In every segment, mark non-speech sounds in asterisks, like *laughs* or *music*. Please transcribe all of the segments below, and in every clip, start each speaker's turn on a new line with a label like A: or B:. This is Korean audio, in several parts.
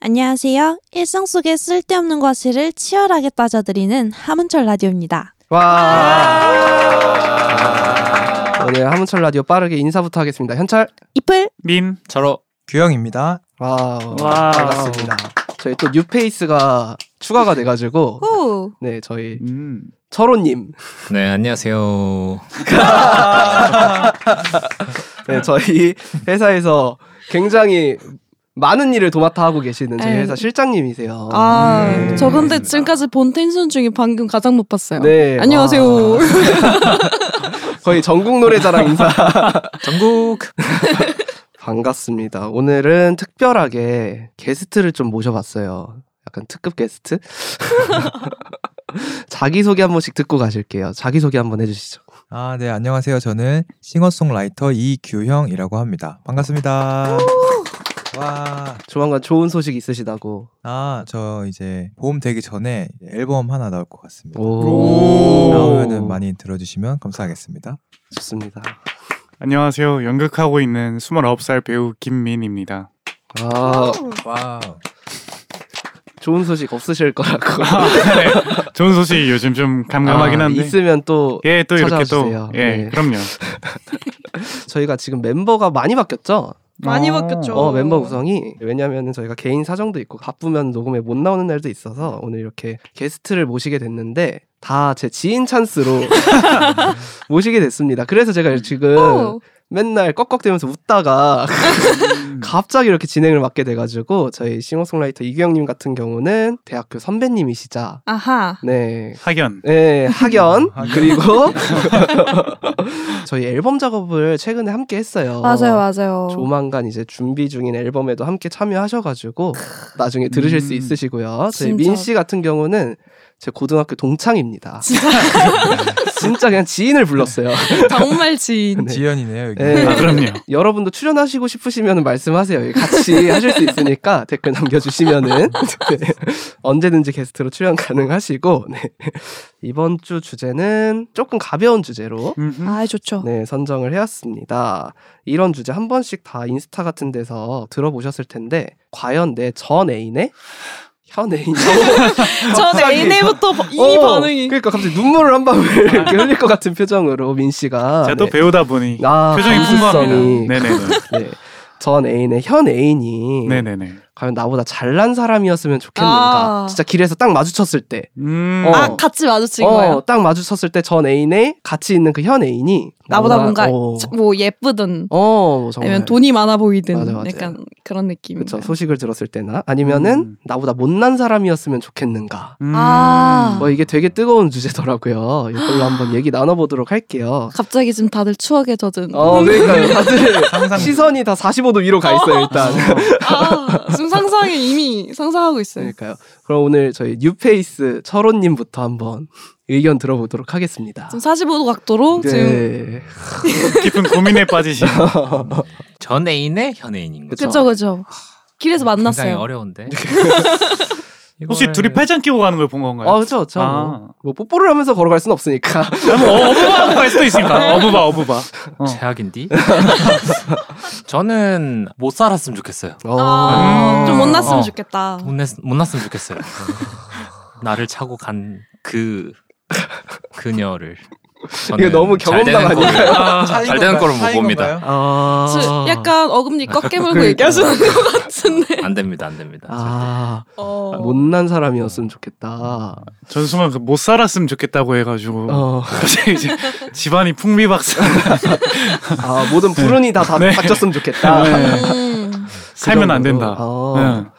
A: 안녕하세요. 일상 속의 쓸데없는 과실을 치열하게 따져드리는 하문철 라디오입니다.
B: 와. 오늘 하문철 라디오 빠르게 인사부터 하겠습니다. 현철.
A: 이플
C: 밈
D: 저로
E: 규영입니다.
B: 와.
C: 와우.
B: 반갑습니다. 저희 또 뉴페이스가 추가가 돼가지고
A: 후.
B: 네 저희
C: 음.
B: 철호님.
D: 네 안녕하세요
B: 네 저희 회사에서 굉장히 많은 일을 도맡아 하고 계시는 저희
A: 에이.
B: 회사 실장님이세요.
A: 아,
B: 네.
A: 저 근데 지금까지 본 텐션 중에 방금 가장 못 봤어요.
B: 네.
A: 안녕하세요.
B: 와.
A: *laughs*
B: 거의 전국 노래자랑 인사.
D: 전국
B: *laughs* 반갑습니다. 오늘은 특별하게 게스트를 좀 모셔봤어요. 약간 특급 게스트? *laughs* 자기소개 한 번씩 듣고 가실게요. 자기소개 한 번 해주시죠.
E: 아, 네, 안녕하세요. 저는 싱어송라이터 이규형이라고 합니다. 반갑습니다. 와,
B: 조만간 좋은 소식 있으시다고.
E: 아, 저 이제 보험 되기 전에 앨범 하나 나올 것 같습니다.
C: 오.
E: 나오면은 많이 들어주시면 감사하겠습니다.
B: 좋습니다.
C: 안녕하세요. 연극하고 있는 29살 배우 김민입니다.
B: 아,
E: 와우.
B: 좋은 소식 없으실 거라고.
C: 아, 네. *laughs* 좋은 소식 요즘 좀
E: 음,
C: 감감하긴
B: 아,
C: 한데.
B: 있으면 또
C: 예, 또 이렇게
B: 찾아와주세요.
C: 또. 예,
B: 네.
C: 그럼요.
B: 저희가 지금 멤버가 많이 바뀌었죠?
C: *laughs*
A: 많이 바뀌었죠.
B: 어, 멤버 구성이 왜냐면은 저희가 개인 사정도 있고 바쁘면 녹음에 못 나오는 날도 있어서 오늘 이렇게 게스트를 모시게 됐는데 다 제 지인 *laughs* 찬스로 모시게 됐습니다. 그래서 제가 지금
A: 오.
B: 맨날 꺽꺽대면서 웃다가
C: 음.
B: *laughs* 갑자기 이렇게 진행을 맡게 돼가지고 저희 싱어송라이터 이규영님 같은 경우는 대학교 선배님이시자
A: 아하.
B: 네.
C: 학연.
B: 네, *laughs* 학연
E: 학연.
B: 그리고 저희 앨범 작업을 최근에 함께 했어요.
A: 네, 맞아요, 맞아요.
B: 조만간 이제 준비 중인 앨범에도 함께 참여하셔가지고 나중에 들으실 수
C: 음.
B: 있으시고요. 저희
A: 진짜.
B: 민 씨 같은 경우는 제 고등학교 동창입니다.
A: 진짜
B: *laughs* 진짜 그냥 지인을 불렀어요. *laughs*
A: 정말 지인.
B: 네.
E: 지연이네요, 여기.
B: 네.
C: 아, 그럼요.
B: 여러분도 출연하시고 싶으시면 말씀하세요. 같이 하실 수 있으니까 댓글 남겨주시면은 *laughs* 네. 언제든지 게스트로 출연 가능하시고 네. 이번 주 주제는 조금 가벼운 주제로
C: 음흠.
A: 아, *laughs* 좋죠.
B: *laughs* 네, 선정을 해왔습니다. 이런 주제 한 번씩 다 인스타 같은 데서 들어보셨을 텐데 과연 내 전 애인의 현 애인
A: 전 애인애부터 *laughs* 이미 반응이.
B: 그러니까 갑자기 눈물을 한
A: *laughs*
B: 방울 이렇게 흘릴 것 같은 표정으로 민 씨가
C: 제가 또
B: 네.
C: 배우다 보니
B: 아,
C: 표정이 풍부합니다.
B: 감수성이
C: 네네네.
B: *laughs* 네. 전 애인의 현 애인이
C: 네네네.
B: 과연 나보다 잘난 사람이었으면 좋겠는가
A: 아.
B: 진짜 길에서 딱 마주쳤을 때
C: 음.
B: 어.
A: 아, 같이 마주친
B: 어,
A: 거예요.
B: 딱 마주쳤을 때 전 애인의 같이 있는 그 현 애인이
A: 나보다 뭔가
B: 어,
A: 자- 뭐 예쁘든
B: 어 정말
A: 아니면 돈이 많아 보이든
B: 맞아, 맞아.
A: 약간 그런 느낌.
B: 그쵸 소식을 들었을 때나 아니면은
C: 음.
B: 나보다 못난 사람이었으면 좋겠는가
C: 음.
A: 아.
B: 뭐 이게 되게 뜨거운 주제더라고요 이걸로 한번 얘기 나눠보도록 할게요
A: 갑자기 지금 다들 추억에 젖은.
B: 어 그러니까요 다들
E: 항상
B: 시선이 다 45도 위로 가 있어요 일단
A: 아, 지금 상상이 이미 상상하고 있어요.
B: 그러니까요 그럼 오늘 저희 뉴페이스 철호님부터 한번 의견 들어보도록 하겠습니다
A: 지금 45도 각도로 지금
B: 네
C: 깊은 고민에
B: *laughs*
C: 빠지신.
D: 전 애인의 현애인인 거죠
B: 그쵸.
A: 그쵸 그쵸. 길에서
D: 굉장히
A: 만났어요.
D: 어려운데
C: 혹시
D: 이거를-
C: 둘이 팔짱 끼고 가는 걸 본 건가요?
B: 아 그렇죠 저뭐
C: 아.
B: 뭐 뽀뽀를 하면서 걸어갈 순 없으니까
C: 아, 뭐 어, *laughs* 어부바라고 할 수도 있습니다. 어부바, 어부바. 어.
D: 최악인디 저는 못 살았으면 좋겠어요
A: 아,
C: 음.
A: 좀 못났으면
D: 어.
A: 좋겠다.
D: 못, 냈, 못 났으면 좋겠어요 나를 차고 간 그 그녀를 저는
B: 이거 너무
D: 잘 되는
B: 경험담
D: 거를-
C: 아,
D: 잘 되는 거를 못
E: 차인
D: 봅니다.
E: 건가요?
B: 아...
A: 저 약간 어금니껏 깨물고
B: 그러니까요.
A: 얘기하시는 것 같은데.
D: 안 됩니다 안 됩니다
B: 아
A: 어.
B: 못난 사람이었으면 좋겠다
C: 전 순간 그못 살았으면 좋겠다고 해가지고.
B: 어.
C: 갑자기 이제 집안이 풍비박산
B: 아, 모든 불운이 다, 다
C: 네.
B: 닥쳤으면 좋겠다. 그
C: 네.
A: 음.
C: 살면 안
B: 정도로.
C: 된다. 네.
B: 아.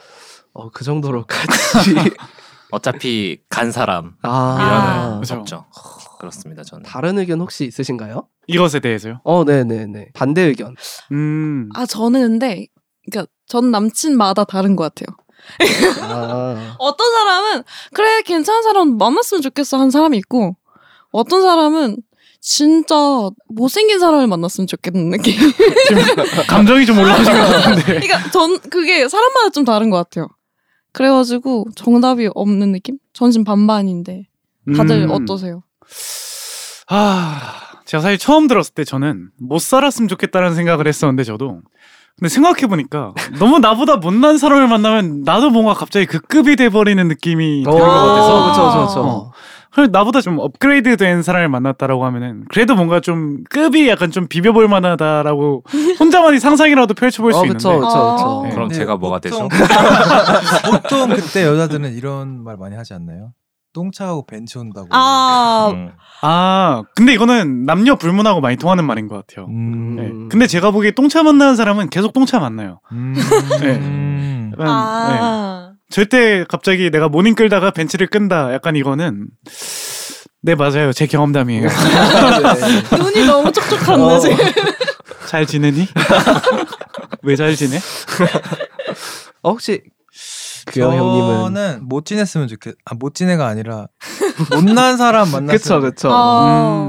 B: 어, 그
C: *laughs*
B: 정도로까지.
D: 어차피 간 사람
B: 아,
D: 이라는
C: 그죠.
D: 없죠 그렇습니다 저는
B: 다른 의견 혹시 있으신가요?
C: 이것에 대해서요.
B: 어, 네네네. 반대 의견.
C: 음.
A: 아 저는 근데 그러니까 전 남친마다 다른 것 같아요.
B: 아,
A: 어떤 사람은 그래 괜찮은 사람 만났으면 좋겠어 하는 사람이 있고 어떤 사람은 진짜 못생긴 사람을 만났으면 좋겠는
B: *laughs*
A: 느낌.
B: 네.
C: 아, 감정이 좀 올라오신 *laughs* 것 같은데.
A: 그러니까 전 그게 사람마다 좀 다른 것 같아요. 그래가지고 정답이 없는 느낌? 전 지금 반반인데 다들
C: 음.
A: 어떠세요?
C: 아, 제가 사실 처음 들었을 때 저는 못 살았으면 좋겠다는 생각을 했었는데 저도 근데 생각해보니까 너무 나보다 못난 사람을 만나면 나도 뭔가 갑자기 그 급이 돼버리는 느낌이
B: 어,
C: 들것 같아서
B: 그쵸, 그쵸, 그쵸.
C: 어. 그래서 나보다 좀 업그레이드 된 사람을 만났다라고 하면은 그래도 뭔가 좀 급이 약간 좀
B: *laughs*
C: 비벼볼 만하다라고 혼자만의 상상이라도 펼쳐볼 수
B: 어,
C: 있는데
B: 그쵸, 그쵸,
A: 어.
B: 그쵸.
D: 그럼
E: 근데
D: 제가 뭐가
E: 네, 보통-
D: 되죠? *laughs*
E: 보통 그때 여자들은 이런 말 많이 하지 않나요? 똥차하고 벤치 온다고.
A: 아,
E: 음.
C: 아 근데 이거는 남녀 불문하고 많이 통하는 말인 것 같아요
E: 음.
C: 네. 근데 제가 보기에 똥차 만나는 사람은 계속 똥차 만나요
E: 음.
B: 음.
C: 약간, 네.
A: 아.
C: 절대 갑자기 내가 모닝 끌다가 벤치를 끈다 약간 이거는 네 맞아요 제
E: *laughs*
C: 경험담이에요
B: 네.
A: 눈이 너무 촉촉한데
B: 어.
A: 지금.
C: 잘 지내니? *laughs* 왜 잘 지내?
B: 어, 혹시 귀여운 형님은
E: 저는 못 지냈으면 좋겠. 아못 지내가 아니라
B: *laughs*
E: 못난 사람 만났으면
B: 그쵸 그쵸.
A: 어.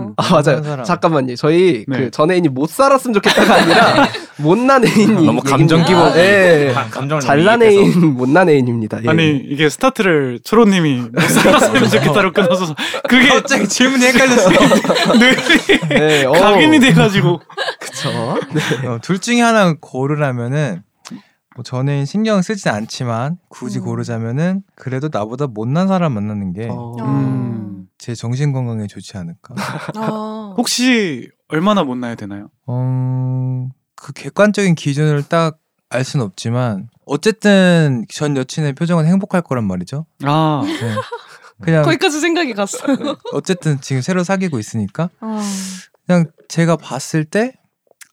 C: 음.
B: 아 맞아요.
E: 못난 사람.
B: 잠깐만요. 저희
C: 네.
B: 그 전 애인이 못 살았으면 좋겠다가
C: *laughs*
B: 아니라 못난 애인
D: 너무 뭐 감정 기복.
B: 음, 예.
D: 아, 감정을 너무
B: 잘난
D: 이입해서.
B: 애인 못난 애인입니다. 예.
C: 네. 음. 아니 이게 스타트를 초로님이 못 살았으면 좋겠다로 끊어서 그게
E: 갑자기
C: *laughs*
E: 질문이 헷갈렸어.
C: 뇌리
B: 네, 어.
C: 각인이 돼가지고
B: 그쵸.
E: 어, 둘 중에 하나 고르라면은 뭐 저는 신경 쓰진 않지만 굳이
A: 음.
E: 고르자면은 그래도 나보다 못난 사람 만나는 게 제
B: 어.
C: 음.
E: 정신 건강에 좋지 않을까.
A: 어.
C: 혹시 얼마나 못 나야 되나요?
E: 어, 그 객관적인 기준을 딱 알 수는 없지만 어쨌든 전 여친의 표정은 행복할 거란 말이죠.
C: 아
E: 네. 그냥
A: 거기까지 생각이 갔어.
E: 어쨌든 지금 새로 사귀고 있으니까
A: 어.
E: 그냥 제가 봤을 때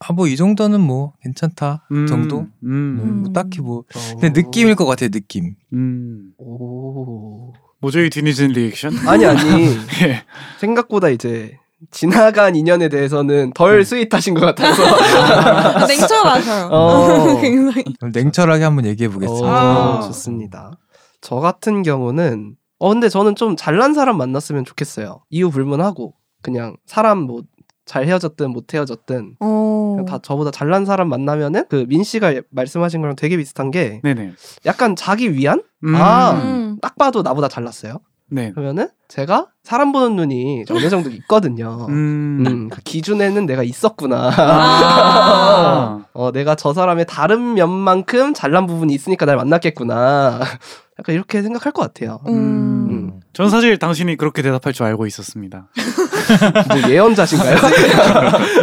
E: 아, 뭐, 이 정도는 뭐, 괜찮다.
C: 음,
E: 정도? 네,
C: 음,
E: 뭐 딱히 뭐.
B: 어.
E: 근데 느낌일 것 같아요, 느낌.
C: 음.
B: 오.
C: 모조이 뒤늦은 리액션?
B: 아니 아니
C: 예.
B: 생각보다 이제 지나간 인연에 대해서 덜
C: 음.
B: 스윗하신 것 같아서
A: *laughs* 아, 냉철하셔요.
B: 네. *laughs* 어.
A: *laughs* 굉장히.
E: 그럼 냉철하게 한번 얘기해 보겠습니다.
A: 아.
B: 오, 좋습니다. 저 같은 경우는 어 근데 저는 좀 잘난 사람 만났으면 좋겠어요. 이유 불문하고 그냥 사람 뭐 잘 헤어졌든 못 헤어졌든
A: 어.
B: 그냥 다 저보다 잘난 사람 만나면은 그 민 씨가 예- 말씀하신 거랑 되게 비슷한 게
C: 네네.
B: 약간 자기 위안
C: 음,
B: 아.
A: 음.
B: 딱 봐도 나보다 잘났어요.
C: 네.
B: 그러면은 제가 사람 보는 눈이 어느 정도 있거든요. 음.
C: 음.
B: 그 기준에는 내가 있었구나.
A: 아.
C: 아.
B: 어, 내가 저 사람의 다른 면만큼 잘난 부분이 있으니까 날 만났겠구나. 약간 이렇게 생각할 것 같아요.
A: 음.
B: 음.
C: 전 사실 당신이 그렇게 대답할 줄 알고 있었습니다.
B: 뭐 예언자신가요?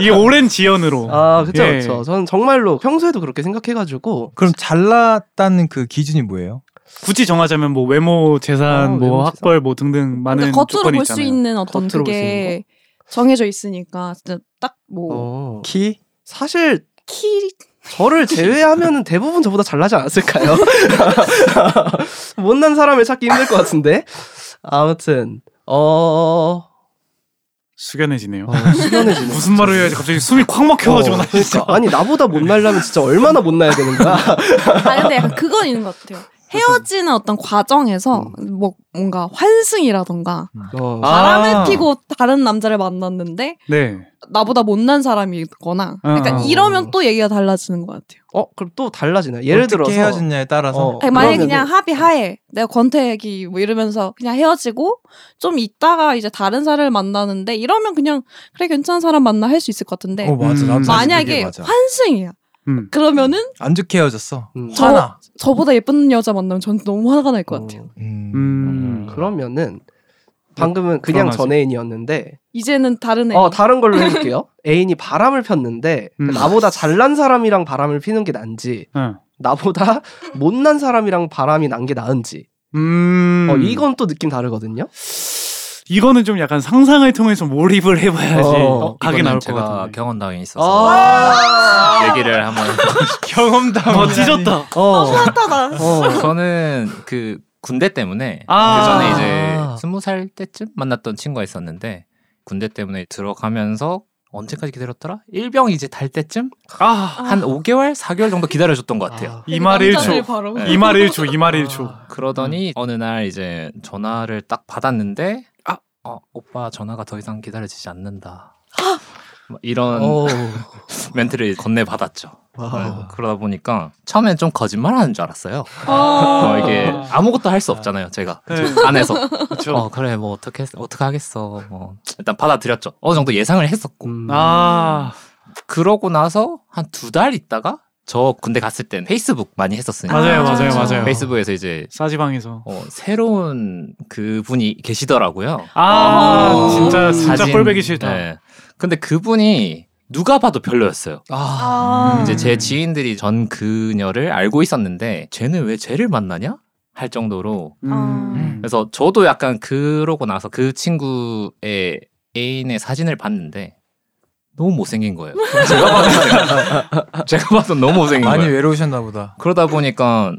C: 이 오랜 지연으로.
B: 아, 그쵸,
C: 예.
B: 그쵸. 저는 정말로 평소에도 그렇게 생각해가지고.
E: 그럼 잘났다는 그 기준이 뭐예요?
C: 굳이 정하자면 뭐 외모, 재산,
B: 어,
C: 뭐
B: 외모, 재산.
C: 학벌 뭐 등등 많은
A: 그러니까 겉으로
C: 조건이
A: 볼 수
C: 있잖아요.
A: 있는 어떤
B: 겉으로 볼수
A: 그게 정해져 있으니까 진짜 딱뭐
B: 어.
E: 키?
B: 사실
A: 키. *laughs*
B: 저를 제외하면 대부분 저보다 잘나지 않았을까요? *laughs* 못난 사람을 찾기 힘들 것 같은데. 아무튼, 어,
C: 숙연해지네요.
B: 어 숙연해지네.
C: 무슨 말을 해야지 갑자기 숨이 콱 막혀가지고 나 진짜.
B: 그러니까, 아니 나보다 못 날라면 진짜 얼마나 못 나야 되는 거야.
A: 아 근데 약간 그건 있는 것 같아요. 헤어지는 어떤 과정에서 뭐 뭔가 환승이라던가
B: 어.
A: 바람을
C: 아.
A: 피고 다른 남자를 만났는데
C: 네.
A: 나보다 못난 사람이거나 약간
C: 어, 어.
A: 이러면 또 얘기가 달라지는 것 같아요.
B: 어, 그럼 또 달라지나? 예를 들어서
E: 어떻게 헤어졌냐에 따라서
B: 어.
A: 아니, 만약에
B: 그러면은-
A: 그냥 합의 하에 내가 권태기 뭐 이러면서 그냥 헤어지고 좀 있다가 이제 다른 사람을 만나는데 이러면 그냥 그래 괜찮은 사람 만나 할 수 있을 것 같은데
E: 어, 맞아.
C: 음.
E: 나도 사실 그게
A: 네. 만약에
E: 맞아.
A: 환승이야
C: 음.
A: 그러면은
E: 안 좋게 헤어졌어.
B: 음.
A: 저-
E: 화나.
A: 저보다 예쁜 여자 만나면 전 너무 화가 날 것 같아요.
B: 어,
E: 음.
C: 음.
B: 그러면은 방금은 그냥
C: 불안하지.
B: 전 애인이었는데
A: 이제는 다른 애.
B: 어 다른 걸로 해볼게요. 애인이 바람을 폈는데
C: 음.
B: 나보다 잘난 사람이랑 바람을 피는 게 난지
C: 어.
A: *laughs*
B: 나보다 못난 사람이랑 바람이 난 게 나은지
C: 음.
B: 어, 이건 또 느낌 다르거든요.
C: 이거는 좀 약간 상상을 통해서 몰입을 해봐야지
B: 어,
C: 어, 각이 나올 것
D: 제가
C: 같은데.
D: 경험담이 있어서
B: 아~
D: 얘기를 한번
E: 경험담.
C: 어 찢었다.
B: 어.
D: *laughs*
A: 하다다.
B: 어.
D: 저는 그 군대 때문에
C: 아.
D: 그 전에 이제 스무 살 때쯤 만났던 친구가 있었는데 군대 때문에 들어가면서 언제까지 기다렸더라? 일병 이제 달 때쯤
C: 아.
D: 한 5개월, 4개월 정도 기다려줬던 것 같아요.
C: 이말 1초.
A: 바로.
D: 네. 아.
C: 이말 1초. 이말 1초. 음.
D: 그러더니 어느 날 이제 전화를 딱 받았는데 아, 어, 오빠 전화가 더 이상 기다려지지 않는다.
C: 아.
D: 막 이런
B: 어.
D: *laughs* 멘트를 건네 받았죠.
C: 아.
B: 음.
D: 네,
B: 와.
D: 그러다 보니까 처음엔 좀 거짓말하는 줄 알았어요. 어,
A: 아.
D: 이게 아무것도 할 수 없잖아요, 제가
C: 네. *laughs*
D: 안에서.
C: 그렇죠.
D: 어 그래 뭐 어떻게 어떻게 하겠어. 뭐 일단 받아들였죠.
C: 음.
D: 어느 정도 예상을 했었고
B: 음.
C: 아.
D: 그러고 나서 한 두 달 있다가 저 군대 갔을 땐 페이스북 많이 했었으니까
C: 맞아요,
A: 아,
C: 맞아요,
A: 그렇죠.
C: 맞아요.
D: 페이스북에서 이제
C: 싸지방에서.
D: 어, 새로운 그분이 계시더라고요.
C: 아,
B: 어.
C: 진짜 진짜
D: 사진.
C: 꼴배기 싫다.
D: 네. 근데 그분이 누가 봐도 별로였어요.
A: 아.
D: 음, 이제 제 지인들이 전 그녀를 알고 있었는데 쟤는 왜 쟤를 만나냐 할 정도로
C: 음.
D: 그래서 저도 약간 그러고 나서 그 친구의 애인의 사진을 봤는데 너무 못생긴 거예요. 제가 봐도 *laughs* 제가 봐도 너무 못생긴
E: 음. 많이
D: 거예요.
E: 외로우셨나 보다.
D: 그러다 보니까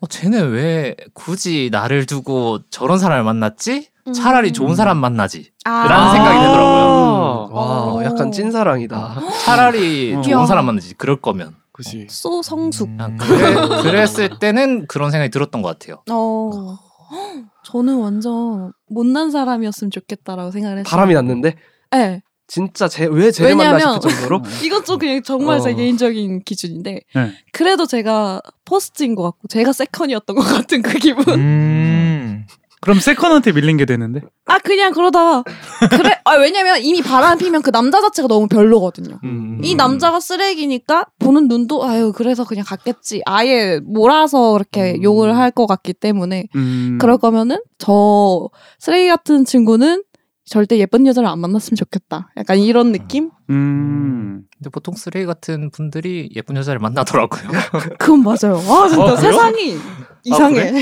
D: 어, 쟤는 왜 굳이 나를 두고 저런 사람을 만났지? 차라리
A: 음.
D: 좋은 사람 만나지.
A: 아.
D: 라는 생각이
C: 들더라고요.
B: 음. 와,
A: 오. 아,
B: 약간 찐사랑이다.
D: 차라리
C: 어.
D: 좋은 사람 만나지. 그럴 거면.
C: 그지.
A: 소성숙.
E: 음.
D: 그냥 그래, 그랬을 때는 그런 생각이 들었던 것 같아요.
A: 어. 헉, 저는 완전 못난 사람이었으면 좋겠다라고 생각을 했어요.
B: 바람이 났는데
A: 네.
B: 진짜 제 왜 쟤를 만나
A: 왜냐면-
B: 싶을
C: *laughs*
B: 정도로
A: 이건 좀 그냥 정말 제
B: 어.
A: 개인적인 기준인데
C: 네.
A: 그래도 제가 퍼스트인 것 같고 제가 세컨이었던 것 같은 그 기분.
E: 음.
C: 그럼 세컨한테 밀린 게 되는데?
A: 아 그냥 그러다 그래. 아 왜냐면 이미 바람 피면 그 남자 자체가 너무 별로거든요.
B: 음.
A: 이 남자가 쓰레기니까 보는 눈도 아유 그래서 그냥 갔겠지 아예 몰아서 이렇게
C: 음.
A: 욕을 할 것 같기 때문에
C: 음.
A: 그럴 거면은 저 쓰레기 같은 친구는 절대 예쁜 여자를 안 만났으면 좋겠다 약간 이런 느낌
C: 음.
D: 근데 보통 쓰레기 같은 분들이 예쁜 여자를 만나더라고요.
A: 그건 맞아요 아 진짜
C: 아, 그래요?
A: 세상이 이상해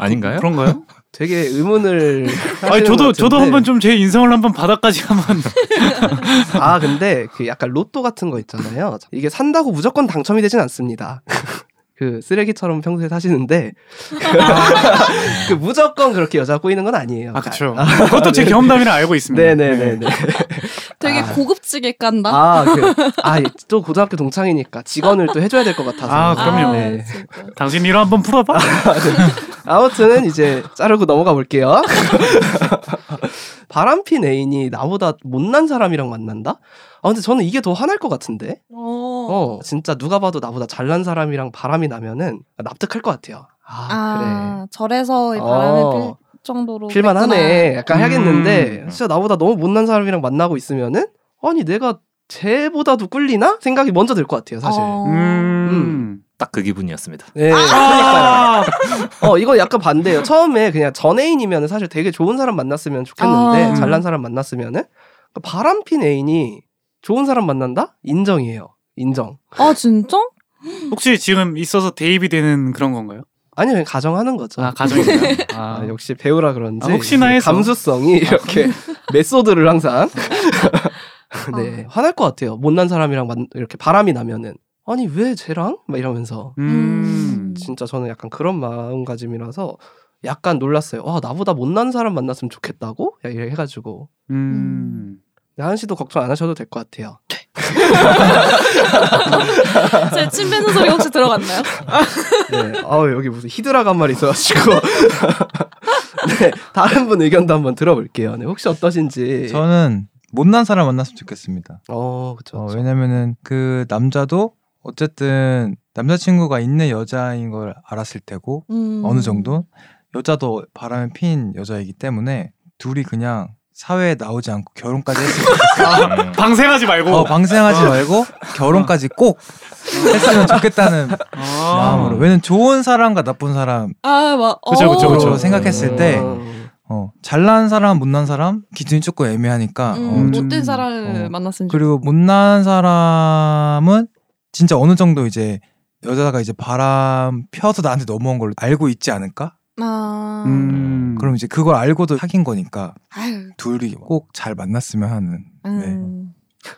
D: 아닌가요?
C: 그런가요?
B: 되게 의문을
C: 아니
B: 하시는
C: 저도
B: 것 같은데.
C: 저도 한번 좀 제 인성을 한번 바닥까지 한번
B: 아 근데 그 약간 로또 같은 거 있잖아요. 이게 산다고 무조건 당첨이 되진 않습니다. *laughs* 그 쓰레기처럼 평소에 사시는데
A: 아.
B: *laughs* 그 무조건 그렇게 여자 꼬이는 건 아니에요. 그러니까
C: 아 그쵸 그것도 제 경험담이라 알고 있습니다
B: 네네네네.
A: 되게
B: 아.
A: 고급지게 깐다
B: 아그아또 고등학교 동창이니까 직원을 또 해줘야 될 것 같아서.
C: 아, 그럼요.
B: 네.
A: 진짜.
C: 당신 일화 한번 풀어봐
B: 아무튼은 이제 자르고 넘어가 볼게요. *laughs* 바람핀 애인이 나보다 못난 사람이랑 만난다? 아 근데 저는 이게 더 화날 것 같은데.
A: 어.
B: 어 진짜 누가 봐도 나보다 잘난 사람이랑 바람이 나면은 납득할 것 같아요. 아,
A: 아 절에서의
B: 그래.
A: 바람을
B: 어.
A: 필 정도로
B: 필만하네.
A: 됐구나.
B: 약간 해야겠는데
E: 음.
B: 진짜 나보다 너무 못난 사람이랑 만나고 있으면은 아니 내가 쟤보다도 꿀리나 생각이 먼저 들 것 같아요 사실.
A: 어.
C: 음.
D: 딱 그 기분이었습니다.
B: 네. 그러니까요.
C: 아.
B: 어 이건 약간 반대예요. 처음에 그냥 전 애인이면 사실 되게 좋은 사람 만났으면 좋겠는데
A: 아.
B: 잘난 사람 만났으면은 그러니까 바람핀 애인이 좋은 사람 만난다 인정이에요. 인정.
A: 아 진짜
C: 혹시 지금 있어서 대입이 되는 그런 건가요?
B: 아니 그냥 가정하는 거죠.
C: 아 가정이요 아,
B: 아, 역시 배우라 그런지
C: 아, 혹시나 해서.
B: 감수성이 이렇게 메소드를 항상 네 화날 것 같아요 못난 사람이랑 만- 이렇게 바람이 나면은 아니 왜 쟤랑 막 이러면서
C: 음.
B: 진짜 저는 약간 그런 마음가짐이라서 약간 놀랐어요 와 나보다 못난 사람 만났으면 좋겠다고 야, 이래 해가지고
C: 음.
B: 나은 씨도 걱정 안 하셔도 될 것 같아요
A: 제침 뱉는 소리 혹시 들어갔나요?
B: 네 아우 여기 무슨 히드라가 한 마리 있어가지고 *laughs* 네 다른 분 의견도 한번 들어볼게요 네 혹시 어떠신지
E: 저는 못난 사람 만났으면 좋겠습니다.
B: 어 그쵸
E: 어,
A: 그렇죠.
B: 그쵸.
E: 왜냐면은 그 남자도 어쨌든 남자친구가 있는 여자인 걸 알았을 테고
A: 음.
E: 어느 정도 여자도 바람에 핀 여자이기 때문에 둘이 그냥 사회에 나오지 않고 결혼까지 했으면 좋겠어요.
D: 음.
C: 방생하지 말고
E: 어, 방생하지
C: 어.
E: 말고 결혼까지 꼭 했으면 좋겠다는
C: 아.
E: 마음으로. 왜냐면 좋은 사람과 나쁜 사람
A: 아, 막
C: 그쵸, 그쵸,
A: 어.
E: 그쵸.
C: 그렇죠.
E: 생각했을 때 어, 잘난 사람 못난 사람 기준이 조금 애매하니까 어,
A: 음,
E: 좀-
A: 못된 사람을
E: 어.
A: 만났으면 좋겠다.
E: 그리고 못난 사람은 진짜 어느 정도 이제 여자가 이제 바람 펴서 나한테 넘어온 걸 알고 있지 않을까?
A: 아,
C: 음.
E: 그럼 이제 그걸 알고도 사귄 거니까
A: 아유,
E: 둘이 꼭 잘 만났으면 하는
A: 음.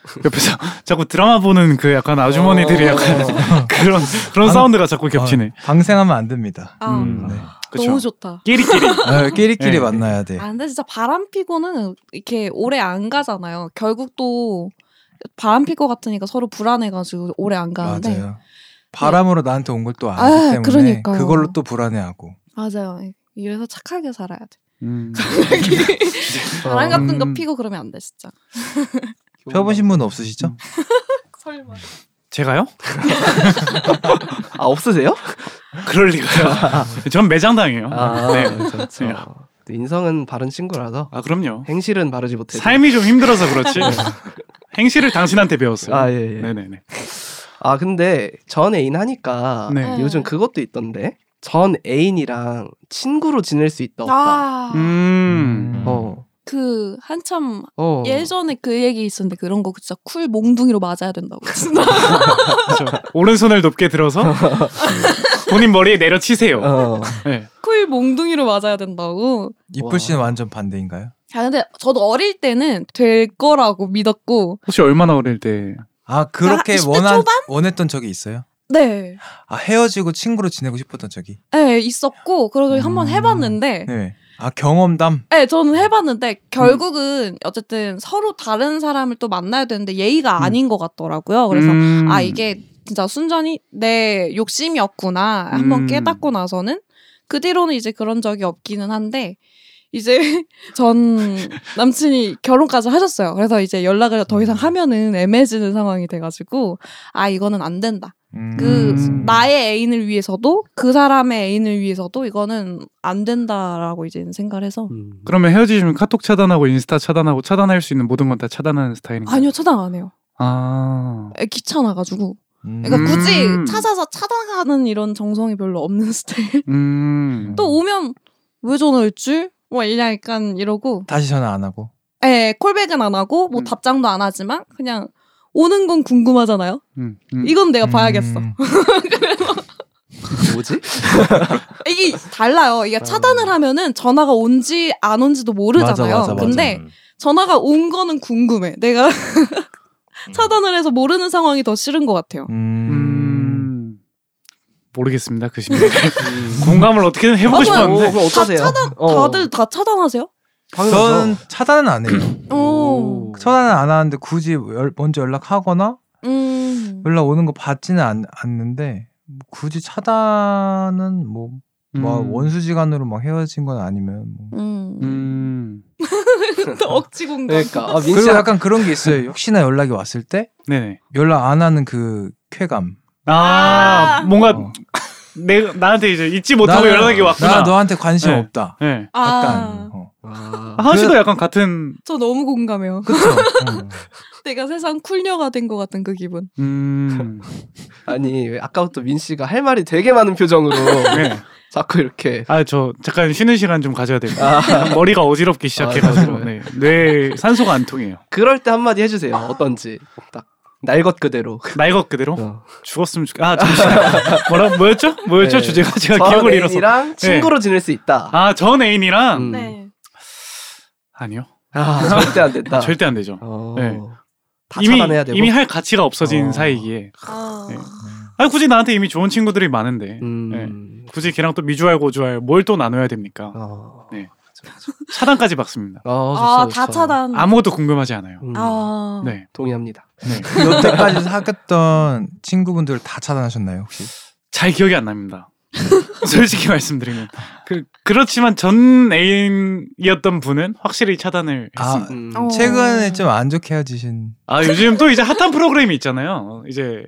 C: 그 옆에서 *laughs* 자꾸 드라마 보는 그 약간 아주머니들이 약간 *laughs* 그런 그런
E: 방-
C: 사운드가 자꾸 겹치네
E: 어, 방생하면 안 됩니다.
A: 아,
C: 음.
E: 네.
C: 그쵸
A: 너무 좋다.
C: 끼리끼리
E: *laughs* 어, 끼리끼리
C: 네.
E: 만나야 돼.
A: 아, 근데 진짜 바람 피고는 이렇게 오래 안 가잖아요. 결국 또 바람 피고 같으니까 서로 불안해가지고 오래 안 가는데.
E: 맞아요. 바람으로 나한테 온 걸 또 알기
A: 네. 아,
E: 때문에
A: 그러니까요.
E: 그걸로 또 불안해하고.
A: 맞아요. 예, 이래서 착하게 살아야 돼.
C: 음.
A: 바람
B: 어.
A: 같은 거
C: 음.
A: 피고 그러면 안 돼, 진짜.
E: 펴보신 분 없으시죠?
A: 설마.
C: 제가요?
B: 아 없으세요?
C: 그럴 리가요. *laughs* 전 매장당해요.
B: 아,
C: 네.
B: 저, 저.
C: 네.
B: 또 인성은 바른 친구라서
C: 아 그럼요.
B: 행실은 바르지 못해.
C: 삶이 좀 힘들어서 그렇지. 행실을 당신한테 배웠어요.
E: 네,
B: 아 예. 예.
C: 네네네.
B: 아 근데 전 애인 하니까
C: 네.
B: 요즘 그것도 있던데 전 애인이랑 친구로 지낼 수 있다 없다.
A: 아,
C: 음.
B: 어.
A: 그 한참
B: 어.
A: 예전에 그 얘기 있었는데 그런 거 진짜 쿨 몽둥이로 맞아야 된다고. 진짜. *laughs*
C: 그렇죠. 오른손을 높게 들어서 본인 머리에 내려치세요.
A: 음.
B: 어.
C: 네.
A: 쿨 몽둥이로 맞아야 된다고.
E: 이쁠 씨는 완전 반대인가요?
A: 아 근데 저도 어릴 때는 될 거라고 믿었고
C: 혹시 얼마나 어릴 때?
E: 아
A: 한
E: 그렇게
A: 20대
E: 원한
A: 초반?
E: 원했던 적이 있어요?
A: 네,
E: 아 헤어지고 친구로 지내고 싶었던 적이?
A: 네 있었고 그래서
E: 음.
A: 한번 해봤는데
E: 네. 아 경험담.
A: 네, 저는 해봤는데 결국은 어쨌든 서로 다른 사람을 또 만나야 되는데 예의가
C: 음.
A: 아닌 것 같더라고요. 그래서
C: 음.
A: 아 이게 진짜 순전히 내 욕심이었구나 한번
C: 음.
A: 깨닫고 나서는 그 뒤로는 이제 그런 적이 없기는 한데 이제 *laughs* 전 남친이 결혼까지 하셨어요. 그래서 이제 연락을 더
C: 음.
A: 이상 하면은 애매해지는 상황이 돼가지고 아 이거는 안 된다.
E: 음.
A: 그
C: 음.
A: 나의 애인을 위해서도 그 사람의 애인을 위해서도 이거는 안 된다라고 이제 생각을 해서
B: 음.
C: 그러면 헤어지시면 카톡 차단하고 인스타 차단하고 차단할 수 있는 모든 건 다 차단하는 스타일인가요?
A: 아니요 차단 안 해요.
C: 아.
A: 에, 귀찮아가지고
E: 음.
A: 그러니까
C: 음.
A: 굳이 찾아서 차단하는 이런 정성이 별로 없는 *laughs* 스타일.
C: 음.
A: 또 오면 왜 전화했지? 뭐 이냥 약간 이러고
E: 다시 전화 안 하고.
A: 에 콜백은 안 하고 뭐
C: 음.
A: 답장도 안 하지만 그냥 오는 건 궁금하잖아요.
C: 음, 음.
A: 이건 내가 봐야겠어. *laughs*
E: 음.
D: *laughs*
B: 뭐지?
A: 이게 달라요. 이게 차단을 하면은 전화가 온지 안 온지도 모르잖아요.
E: 맞아, 맞아, 맞아.
A: 근데
D: 음.
A: 전화가 온 거는 궁금해. 내가 차단을 해서 모르는 상황이 더 싫은 것 같아요.
C: 음.
E: 음.
C: 모르겠습니다. 그
E: *laughs*
C: 심리. *laughs* 공감을 어떻게든 해보고
A: 아,
B: 어,
A: 맞아요.
C: 싶었는데.
B: 그럼 어떠세요?
A: 차단-
B: 어.
A: 다들 다 차단하세요?
E: 저는
B: 당연하죠.
E: 차단은 안 해요.
A: 오.
E: 차단은 안 하는데 굳이 열- 먼저 연락하거나
A: 음.
E: 연락 오는 거 받지는 않, 않는데 뭐 굳이 차단은 뭐, 막
C: 음.
E: 원수지간으로 막 헤어진 건 아니면
C: *laughs*
E: 뭐.
A: 음.
C: 음.
A: 또 억지 공감.
B: 그러니까 아, 민씨
E: 그리고 약간 *laughs* 그런 게 있어요. 혹시나 연락이 왔을 때
C: 네네.
E: 연락 안 하는 그 쾌감.
C: 아,
A: 아.
C: 뭔가
E: 어.
C: 내 나한테 이제 잊지 못하고
E: 나는-
C: 연락이
E: 나
C: 왔구나.
E: 너한테 관심
C: 네.
E: 없다.
C: 네.
E: 약간.
A: 아,
E: 어.
B: 아,
C: 하은 씨도 약간 같은.
A: 저 너무 공감해요.
E: 그쵸. 어.
A: 내가 세상 쿨녀가 된 것 같은 그 기분.
C: 음.
B: 아니 왜 아까부터 민 씨가 할 말이 되게 많은 표정으로
C: *laughs* 네.
B: 자꾸 이렇게
C: 아, 저 잠깐 쉬는 시간 좀 가져야 될것
B: 아,
C: 같아요. *laughs* 머리가 어지럽기 시작해가지고
B: 어지러워요.
C: 네. 뇌 산소가 안 통해요.
B: 그럴 때 한마디 해주세요. 어떤지 딱 날 것 그대로.
C: 날 것 그대로
B: 어.
C: 죽었으면 좋겠. 아 잠시만. 뭐라 뭐였죠? 뭐였죠?
B: 네.
C: 주제가 제가
B: 전
C: 기억을 잃어서. 네.
B: 애인이랑 친구로 지낼 수 있다.
C: 아전 애인이랑
B: 음.
A: 네.
C: 아니요.
B: 아, 절대 안 됐다.
C: *laughs* 절대 안 되죠.
B: 어.
C: 네.
B: 다
C: 이미
B: 차단해야 되고.
C: 이미 할 가치가 없어진
B: 어.
C: 사이기에.
A: 아.
C: 네. 아 굳이 나한테 이미 좋은 친구들이 많은데
B: 음.
C: 굳이 걔랑 또 미주알 고주알 뭘 또 나눠야 됩니까?
B: 어.
C: 네. 차단까지 막습니다.
B: 어, 좋다,
A: 아, 다
B: 좋다.
A: 차단.
C: 아무것도 궁금하지 않아요.
B: 음,
A: 아.
C: 네.
B: 동의합니다.
C: 네.
E: 여태까지 사귀었던 친구분들 다 차단하셨나요 혹시?
C: 잘 기억이 안 납니다. *laughs* 솔직히 말씀드리면 그, 그렇지만 전 애인이었던 분은 확실히 차단을
E: 아
C: 했습니다.
B: 음.
A: 어.
E: 최근에 좀 안 좋게 헤어지신
C: 아, 요즘 또 이제 핫한 프로그램이 있잖아요. 이제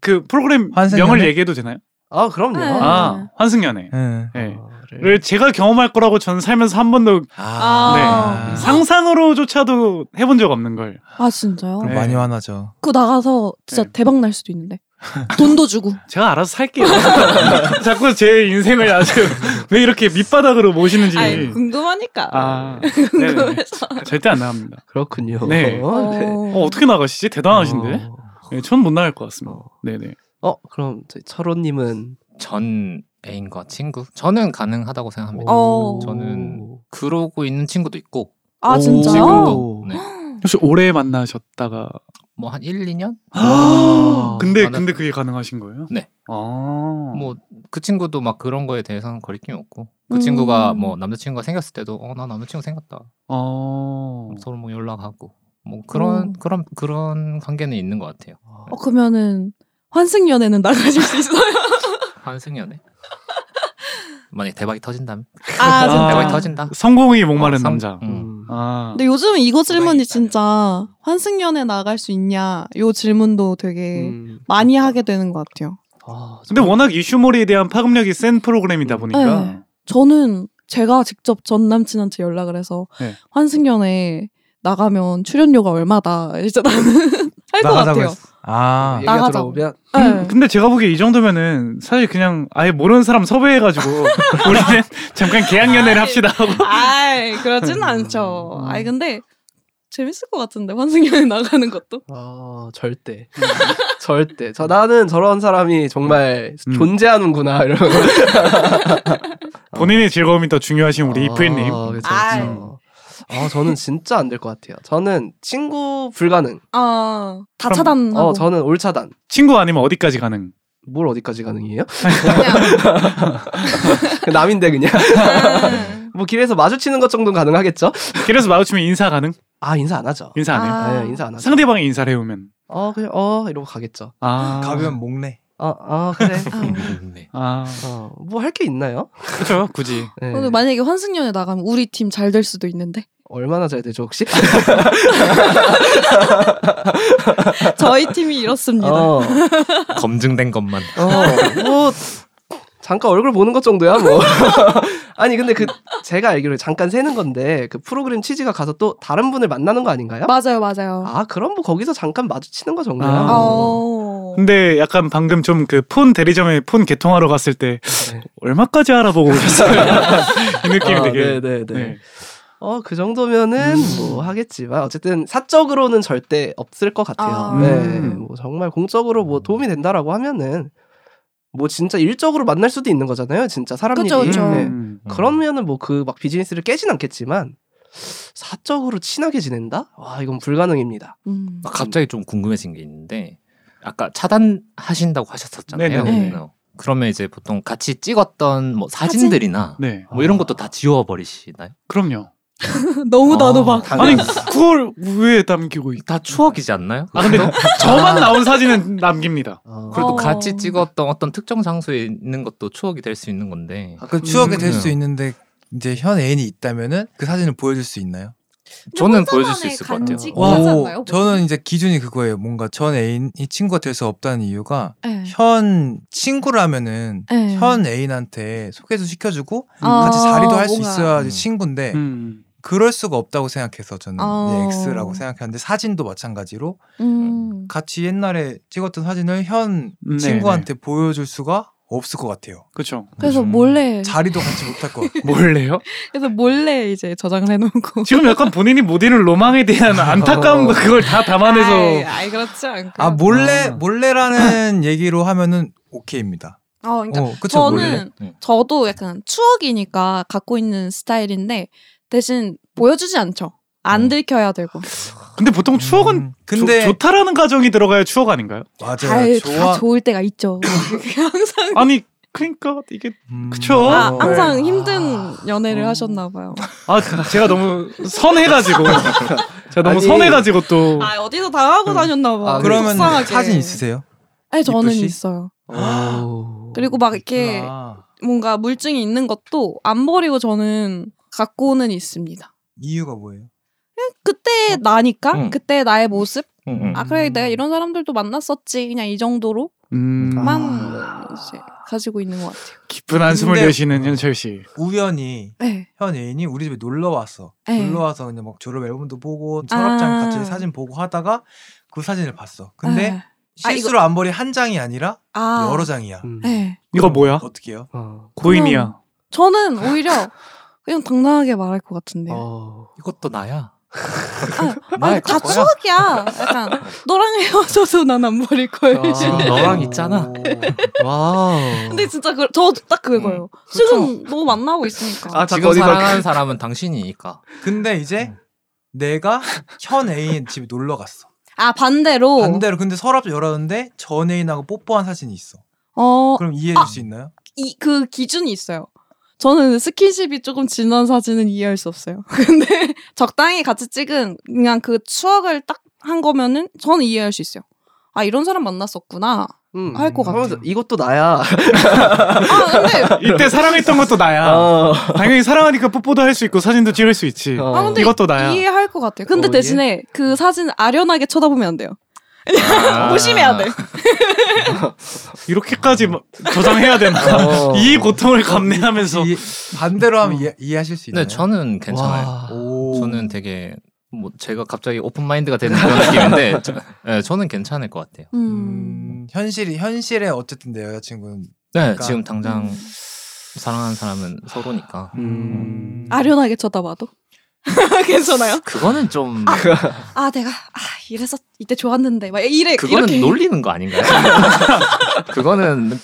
C: 그 프로그램
E: 환승연애?
C: 명을 얘기해도 되나요?
B: 아, 그럼요. 아,
A: 네.
C: 아 환승연애.
E: 예.
C: 네.
B: 를
C: 를 제가 경험할 거라고 저는 살면서 한 번도
A: 아.
E: 아.
C: 상상으로조차도 해본 적 없는 걸.
A: 아, 진짜요?
E: 그럼
C: 네.
E: 많이 화나죠.
A: 그거 나가서 진짜
C: 네.
A: 대박 날 수도 있는데. 돈도 주고.
C: 제가 알아서 살게요. *laughs* 자꾸 제 인생을 아주 *laughs* 왜 이렇게 밑바닥으로 모시는지.
A: 아니, 궁금하니까.
C: 네.
A: *laughs*
C: 아, 네네. 절대 안 나갑니다.
B: 그렇군요.
C: 네.
B: 어, 네.
C: 어, 어떻게 나가시지? 대단하신데?
B: 어.
C: 네, 전못 나갈 것 같습니다.
B: 어.
C: 네네.
B: 어, 그럼 저희 철호님은
D: 전 애인과 친구? 저는 가능하다고 생각합니다.
A: 어.
D: 저는 그러고 있는 친구도 있고 네.
A: 아, 진짜요?
B: 지금도?
C: 혹시 오래 만나셨다가?
D: 뭐 한 1, 2년?
B: 와.
C: 아, 근데
D: 아, 나-
C: 근데 그게 가능하신 거예요?
D: 네.
C: 아.
D: 뭐 그 친구도 막 그런 거에 대해서는 거리낌이 없고 그
A: 음.
D: 친구가 뭐 남자친구가 생겼을 때도 어 나 남자친구 생겼다
C: 어.
D: 서로 뭐 연락하고 뭐 그런
A: 음.
D: 그런 그런 관계는 있는 것 같아요.
A: 어, 그러면은 환승연애는 나가실 수 있어요? *laughs*
D: 환승연애? 만약 에 대박이 터진다면
C: 아.
D: *laughs* 대박이 터진다.
C: 성공이 목마른
D: 어, 성-
C: 남자.
D: 음.
C: 아.
A: 근데 요즘 이거 질문이
D: 있다면.
A: 진짜 환승연애 나갈 수 있냐? 요 질문도 되게
B: 음.
A: 네. 많이 하게 되는 것 같아요.
B: 아,
C: 근데 워낙 이슈몰이에 대한 파급력이 센 프로그램이다 보니까
A: 네. 저는 제가 직접 전 남친한테 연락을 해서
C: 네.
A: 환승연애 나가면 출연료가 얼마다 진짜 나는 할 것
E: 나가자고
A: 네. 같아요.
E: 했어.
C: 뭐
E: 아,
B: 얘기가
A: 나가자고.
B: 들어오면
D: 음.
A: 네.
C: 근데 제가 보기에 이 정도면은 사실 그냥 아예 모르는 사람 *laughs* 섭외해가지고 우리는 잠깐 계약연애를 합시다 하고
A: 아이 그러진 않죠. 아이 근데 재밌을 것 같은데 환승연애 나가는 것도.
B: 아 절대 *laughs* 절대 저 나는 저런 사람이 정말
C: 음. *laughs*
B: 존재하는구나 이런
C: 본인의 즐거움이 더 중요하신 우리 이프님
B: 아, 그쵸,
A: 아이.
D: 네.
B: 그쵸. 아 저는 진짜 안 될 것 같아요 저는 친구 불가능
A: 아다
C: 그럼,
A: 차단하고.
B: 어 저는 올차단
C: 친구 아니면 어디까지 가능?
B: 뭘 어디까지 가능해요
A: 그냥.
B: 남인데 그냥 *laughs*
A: 음.
B: 뭐 길에서 마주치는 것 정도는 가능하겠죠
C: 길에서 마주치면 인사 가능?
B: 아 인사 안 하죠
C: 인사 안 해요?
A: 아.
B: 네, 인사 안 하죠
C: 상대방이 인사를 해오면
B: 어 그냥 어 이러고 가겠죠
C: 아
E: 가면 목내.
B: 어어
A: *laughs*
B: 그래
A: 아.
D: *laughs* 네.
C: 아
B: 어 뭐 할 게 있나요
C: 그렇죠 굳이
B: 네.
A: 오늘 만약에 환승연애 나가면 우리 팀 잘 될 수도 있는데
B: 얼마나 잘 되죠
A: *laughs*
B: 혹시
A: 저희 팀이 이렇습니다.
B: 어
D: 검증된 것만.
B: 어, 뭐 잠깐 얼굴 보는 것 정도야 뭐. *laughs* 아니 근데 그 제가 알기로 잠깐 새는 건데 그 프로그램 취지가 가서 또 다른 분을 만나는 거 아닌가요?
A: 맞아요, 맞아요.
B: 아 그럼 뭐 거기서 잠깐 마주치는 거 정도야.
C: 아.
B: 뭐.
A: 어.
C: 근데 약간 방금 좀 그 폰 대리점에 폰 개통하러 갔을 때
B: 네.
C: 얼마까지 알아보고 오셨어요? *laughs* 이 느낌이
B: 아,
C: 되게
B: 네네네.
C: 네.
B: 어 그 정도면은 뭐 하겠지만 어쨌든 사적으로는 절대 없을 것 같아요.
A: 아.
B: 네,
C: 음.
B: 뭐 정말 공적으로 뭐 도움이 된다라고 하면은 뭐 진짜 일적으로 만날 수도 있는 거잖아요. 진짜 사람
A: 그쵸,
B: 일이.
A: *laughs* 그쵸.
B: 네.
C: 음.
B: 그러면은 뭐 그 막 비즈니스를 깨진 않겠지만 사적으로 친하게 지낸다? 와 이건 불가능입니다.
A: 음.
D: 아, 갑자기 좀 궁금해진 게 있는데 아까 차단하신다고 하셨었잖아요.
A: 네네. 네.
D: 어, 그러면 이제 보통 같이 찍었던 뭐 사진들이나
C: 네
D: 뭐 이런 것도 다 지워 버리시나요?
C: 그럼요
A: 너무 나도
B: 아,
A: 막
C: 아니
B: 당연히.
C: 그걸 왜 남기고 있...
D: 다 추억이지 않나요?
C: 아 근데 저만 나온 사진은 남깁니다
B: 어,
D: 그래도
A: 어.
D: 같이 찍었던 어떤 특정 장소에 있는 것도 추억이 될 수 있는 건데
B: 아,
E: 가끔 아, 추억이 될 수
D: 음.
E: 있는데 이제 현 애인이 있다면은 그 사진을 보여줄 수 있나요?
D: 저는 보여줄 수 있을 것 같아요.
A: 어,
E: 오, 저는 이제 기준이 그거예요. 뭔가 전 애인이 친구가 될 수 없다는 이유가
A: 네.
E: 현 친구라면은
A: 네.
E: 현 애인한테 소개도 시켜주고
A: 아,
E: 같이 자리도 할 수
A: 뭔가.
E: 있어야지
D: 음.
E: 친구인데
C: 음.
E: 그럴 수가 없다고 생각해서 저는
A: 어.
E: 예, X라고 생각하는데 사진도 마찬가지로
A: 음.
E: 같이 옛날에 찍었던 사진을 현
C: 네,
E: 친구한테 보여줄 수가 없을 것 같아요.
C: 그쵸
A: 그래서
D: 음.
A: 몰래
E: 자리도 같이 못할 것
A: *laughs*
E: 같아요.
C: 몰래요?
A: 그래서 몰래 이제 저장을
E: *laughs*
A: 해놓고
C: 지금 약간 본인이 못 이룰 로망에 대한 안타까움과 그걸 다
A: 아이, 예.
C: 담아내서
A: 아이 그렇지 않고
E: 아 몰래
C: 아.
E: 몰래라는 *laughs* 얘기로 하면은 오케이입니다.
A: 어, 그러니까
E: 어, 그쵸 몰래.
A: 저는
D: 몰래. 네.
A: 저도 약간 추억이니까 갖고 있는 스타일인데 대신 보여주지 않죠 안
E: 어.
D: 음.
A: 들켜야 되고
E: 아,
C: 근데 보통 추억은
E: 음, 근데
C: 좋, 다라는 가정이 들어가야 추억 아닌가요?
E: 맞아요.
A: 잘,
E: 좋아. 어,
A: 다 좋을 때가
E: *laughs*
A: 있죠 항상
C: 아니 그러니까 이게
E: 음,
C: 그쵸? 네.
A: 아,
E: 어.
A: 항상
B: 아.
A: 힘든 연애를 하셨나 봐요
C: 아 제가 너무
A: *laughs*
C: 선해가지고 제가 너무
B: 아니.
C: 선해가지고 또
A: 아 어디서 당하고 다녔나 봐
B: 아,
E: 음. 그러면
A: 속상하게.
E: 사진 있으세요?
A: 아니 저는
E: 이쁘시?
A: 있어요
B: 오.
A: 그리고 막 이렇게
E: 아,
A: 뭔가 물증이 있는 것도 안 버리고 저는 갖고는 있습니다.
E: 이유가 뭐예요?
A: 그때 나니까
D: 응.
A: 그때 나의 모습
D: 응, 응.
A: 아 그래
E: 음.
A: 내가 이런 사람들도 만났었지 그냥 이 정도로만
C: 음,
B: 아.
A: 이제 가지고 있는 것 같아요.
C: 깊은 한숨을
E: 근데-
C: 내쉬는 현철 씨.
E: 우연히
A: 네.
E: 현 애인이 우리 집에 놀러 왔어.
A: 네.
E: 놀러 와서 그냥 막 졸업 앨범도 보고 서랍장
A: 아.
E: 같이 사진 보고 하다가 그 사진을 봤어. 근데
A: 네. 아,
E: 실수로 앞머리 한 장이 아니라
A: 아
E: 여러 장이야.
B: 음.
A: 네.
C: 이거 뭐야?
E: 어떻게요?
B: 어.
C: 고인이야.
A: 저는 오히려 그냥 당당하게 말할 것 같은데요.
B: 어.
D: 이것도 나야. *laughs*
A: 아니, 다 추억이야. 약간 너랑 헤어져서 난 안 버릴 거예요.
B: 아.
D: 지금 너랑
A: 어.
D: 있잖아.
B: 와우.
A: *laughs* 근데 진짜 그, 저딱 그거예요. 지금 너 만나고 있으니까.
B: 아, 자꾸
D: 지금
B: 어디서
D: 사랑하는 사람은 *laughs* 당신이니까.
E: 근데 이제 내가 현 애인 집에 놀러 갔어.
A: 아 반대로.
E: 반대로 근데 서랍 열었는데 전 애인하고 뽀뽀한 사진이 있어.
A: 어
E: 그럼 이해해줄 수 있나요?
A: 이 그 기준이 있어요. 저는 스킨십이 조금 진한 사진은 이해할 수 없어요. *laughs* 근데 적당히 같이 찍은 그냥 그 추억을 딱 한 거면은 저는 이해할 수 있어요. 아 이런 사람 만났었구나.
B: 음.
A: 할것 같아요.
B: 하면서 이것도 나야.
A: 아 근데
C: 이때 사랑했던 것도 나야.
B: 어.
C: 당연히 사랑하니까 뽀뽀도 할 수 있고 사진도 찍을 수 있지.
B: 어.
A: 아 근데
C: 이것도 나야.
A: 이해할 것 같아요. 근데
B: 어,
A: 대신에 그 사진 아련하게 쳐다보면 안 돼요.
D: 아.
A: 조심해야 돼.
C: 이렇게까지 막 저장해야 되나?
B: 어.
C: *laughs* 이 고통을 감내하면서
E: 이- 반대로 하면 이해, 이해하실 수 있나요?
D: 근데 네, 저는 괜찮아요.
B: 와.
E: 오.
D: 저는 되게 뭐 제가 갑자기 오픈 마인드가 되는 그런 *laughs* 느낌인데 저, 예, 저는 괜찮을 것 같아요.
A: 음.
E: 음, 현실이 현실에 어쨌든 내 여자친구는
D: 네,
E: 그러니까.
D: 지금 당장 사랑하는 사람은 서로니까
B: 음.
A: 아련하게 쳐다봐도 *laughs* 괜찮아요?
D: 그거는 좀
A: 아 내가 아 이래서 이때 좋았는데 막 이래
D: 그거는
A: 이렇게
D: 놀리는 거
A: *laughs*
D: 아닌가요? 그거는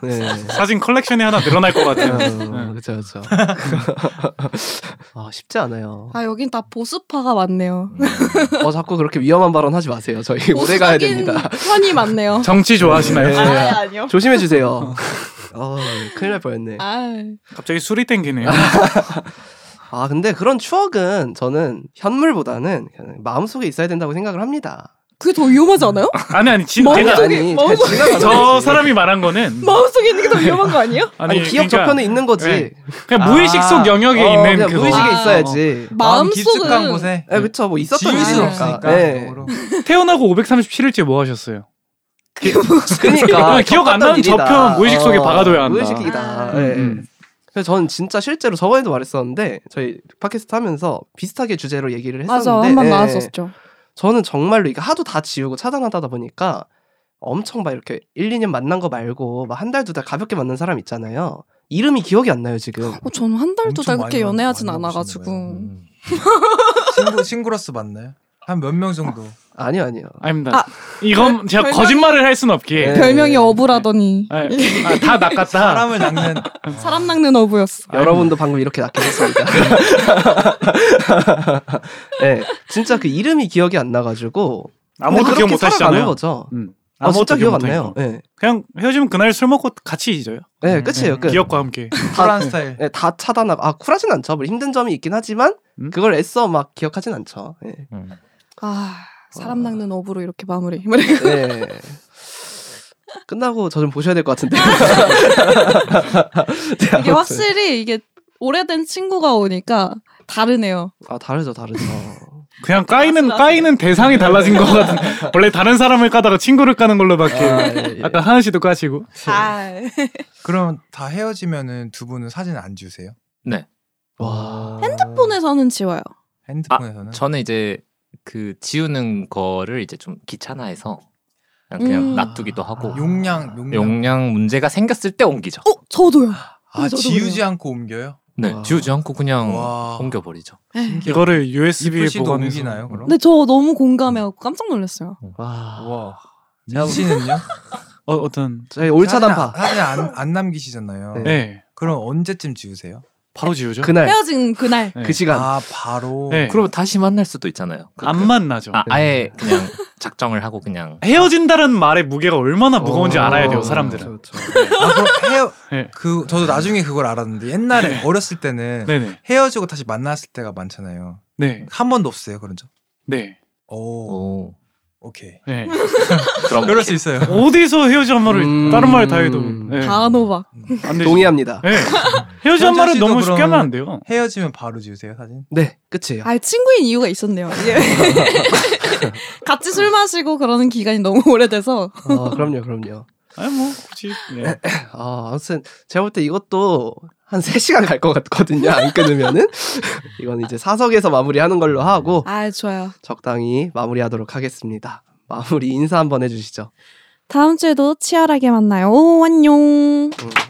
B: 네.
C: 사진 컬렉션이 하나 늘어날 것 같아요. 네.
B: 그렇죠, 그렇죠. *laughs* 아 쉽지 않아요.
A: 아 여긴 다 보수파가 많네요. 음,
B: 어 자꾸 그렇게 위험한 발언하지 마세요. 저희
A: 어,
B: 오래 가야
A: 보수적인 *laughs*
B: 됩니다.
A: 편이 많네요.
C: 정치
E: 예.
A: 아
C: 좋아하시나요?
A: 아니요.
B: 조심해 주세요. 어 큰일 날 뻔했네.
A: 아
C: 갑자기 술이 땡기네요.
B: 아 근데 그런 추억은 저는 현물보다는 그냥 마음속에 있어야 된다고 생각을 합니다.
A: 그게 더 위험하지 않아요?
C: 아니 아니 진
A: 멍-
C: 제가
A: 어, 마음속에- 마음속에-
B: 지나가는
C: 저
B: 거지.
C: 사람이 말한 거는
A: 마음속에 있는 게 더 위험한 거 아니에요? 그러니까 예.
B: 아니, 기억 저편에 있는 거지.
C: 네. 그냥 무의식 속 영역에
B: 어,
C: 있는
B: 그냥
C: 그거. 네.
B: 무의식에
A: 아.
B: 있어야지.
E: 마음
A: 마음속은
E: 깊숙한 곳에
B: 예, 그쵸. 뭐 있었던
E: 지울 수
A: 일이니까.
E: 없으니까
B: 예.
E: 그거로.
C: 태어나고 537일째 뭐 하셨어요?
B: 그러니까
C: *laughs* 기억 안 나는
B: 겪었던
C: 저편
B: 일이다. 어,
C: 무의식 속에 박아둬야 한다.
B: 무의식이다.
A: 아.
B: 예.
C: 음.
B: 그래서 저는 진짜 실제로 저번에도 말했었는데 저희 팟캐스트 하면서 비슷하게 주제로 얘기를 했었는데
A: 맞아 한 번
B: 예.
A: 나왔었죠.
B: 저는 정말로 이게 하도 다 지우고 차단하다 보니까 엄청 막 이렇게 1, 2년 만난 거 말고 막 한 달 두 달 가볍게 만난 사람 있잖아요. 이름이 기억이 안 나요, 지금.
A: 어, 저는 한 달 두 달
E: 엄청
A: 그렇게
E: 많이 만나-
A: 연애하진
E: 많이 음.
A: 않아가지고
E: 친구 친구로서 만나요? 한 몇 명 정도.
B: 아니요, 아니요.
C: 아닙니다.
A: 아.
C: 이건 제가
A: 별명이-
C: 거짓말을 할 순 없기에
B: 네.
A: 별명이 어부라더니
C: 아, 아, 다 낚았다.
E: 사람을 낚는
A: 사람 낚는 어부였어.
B: 여러분도 방금 이렇게 낚이셨습니다. *laughs* 네, 진짜 그 이름이 기억이 안 나가지고
C: 아무것도
B: 그렇게
C: 기억 못
B: 살아가는
C: 하시잖아요.
B: 거죠.
C: 음.
B: 아, 진짜 기억 안
C: 못
B: 나요.
C: 하니까.
B: 네,
C: 그냥 헤어지면 그날 술 먹고 같이 잊어요.
B: 네,
E: 음,
B: 끝이에요. 끝.
C: 기억과 함께.
E: 쿨한 스타일.
B: 네, 다 차단하고 아 쿨하진 않죠. 뭐 힘든 점이 있긴 하지만
C: 음?
B: 그걸 애써 막 기억하진 않죠. 네.
A: 음. 아 사람
B: 어.
A: 낚는 어부로 이렇게 마무리.
B: 네. *laughs*
E: *laughs*
B: 끝나고 저 좀 보셔야 될 것 같은데. *laughs* 네,
A: 이게
B: 아무튼.
A: 확실히 이게 오래된 친구가 오니까 다르네요.
B: 아 다르죠, 다르죠. 네.
C: 그냥
B: 아,
C: 까이는
A: 알았어.
C: 까이는 대상이 달라진 것 같은. 원래 다른 사람을 까다가 친구를 까는 걸로밖에.
B: 아, 예, 예.
C: 아까 하은 씨도 까시고.
E: 네.
A: 아
E: 그럼 다 헤어지면은 두 분은 사진 안 주세요?
B: 와.
A: 핸드폰에서는 지워요.
E: 핸드폰에서는
D: 아, 저는 이제 그 지우는 거를 이제 좀 귀찮아해서 그냥, 그냥
A: 음.
D: 놔두기도 하고
E: 용량 아, 용량.
D: 용량 문제가 생겼을 때 옮기죠.
A: 어 저도요.
E: 아
A: 저도
E: 지우지
A: 그래요.
E: 않고 옮겨요?
D: 네,
B: 와.
D: 지우지 않고 그냥
E: 와.
D: 옮겨버리죠.
C: 이거를 USB에
E: 이쁘시도
C: 보관해서.
E: 옮기나요? 그럼?
B: 네.
A: 근데 저 너무 공감해갖고 깜짝 놀랐어요.
B: 와.
E: 와. 민 씨는요?
C: 어, 어떤.
B: 저희 *laughs* 올차단파.
E: 사진 안, 사진 안, 안 남기시잖아요.
B: 네.
C: 네.
E: 그럼 언제쯤 지우세요?
C: 바로 지우죠.
B: 그날
A: 헤어진 그날.
C: 네.
B: 그 시간.
E: 아 바로.
C: 네.
D: 그러면 다시 만날 수도 있잖아요. 그-
C: 안 만나죠.
D: 아,
E: 네.
D: 아예 그냥 작정을 하고 그냥
C: 헤어진다는 말의 무게가 얼마나 무거운지
B: 어,
C: 알아야 돼요,
B: 어,
C: 사람들은.
B: 그렇죠, 그렇죠.
E: 아, 그럼 헤어
C: 네.
E: 그 저도 나중에 그걸 알았는데 옛날에 어렸을 때는
C: 네네.
E: 헤어지고 다시 만났을 때가 많잖아요.
C: 네.
E: 한 번도 없어요 그런 적.
C: 네.
E: 오,
D: 오
E: 오케이.
C: 네.
D: 어. 그럼
E: 그럴 수 있어요. *laughs*
C: 어디서 헤어지란 말을
B: 음.
C: 다른 말 다 해도 네.
A: 단호박.
C: 안 되죠.
B: 동의합니다.
C: 네. 헤어지란
E: 현자
C: 말은
E: 씨도
C: 너무 쉽게
E: 그럼-
C: 하면 안 돼요.
E: 헤어지면 바로 지우세요 사진.
B: 네, 끝이에요.
A: 아 친구인 이유가 있었네요. 이게 *laughs* 같이 술 마시고 그러는 기간이 너무 오래돼서
B: 어, 그럼요, 그럼요.
C: 아니 뭐 굳이. 네.
B: 아, 아무튼 제가 볼 때 이것도 한 3시간 갈 것 같거든요. 안 끊으면은. 이건 이제 사석에서 마무리하는 걸로 하고
A: 아 좋아요.
B: 적당히 마무리하도록 하겠습니다. 마무리 인사 한번 해주시죠.
A: 다음 주에도 치열하게 만나요. 안녕.
B: 음.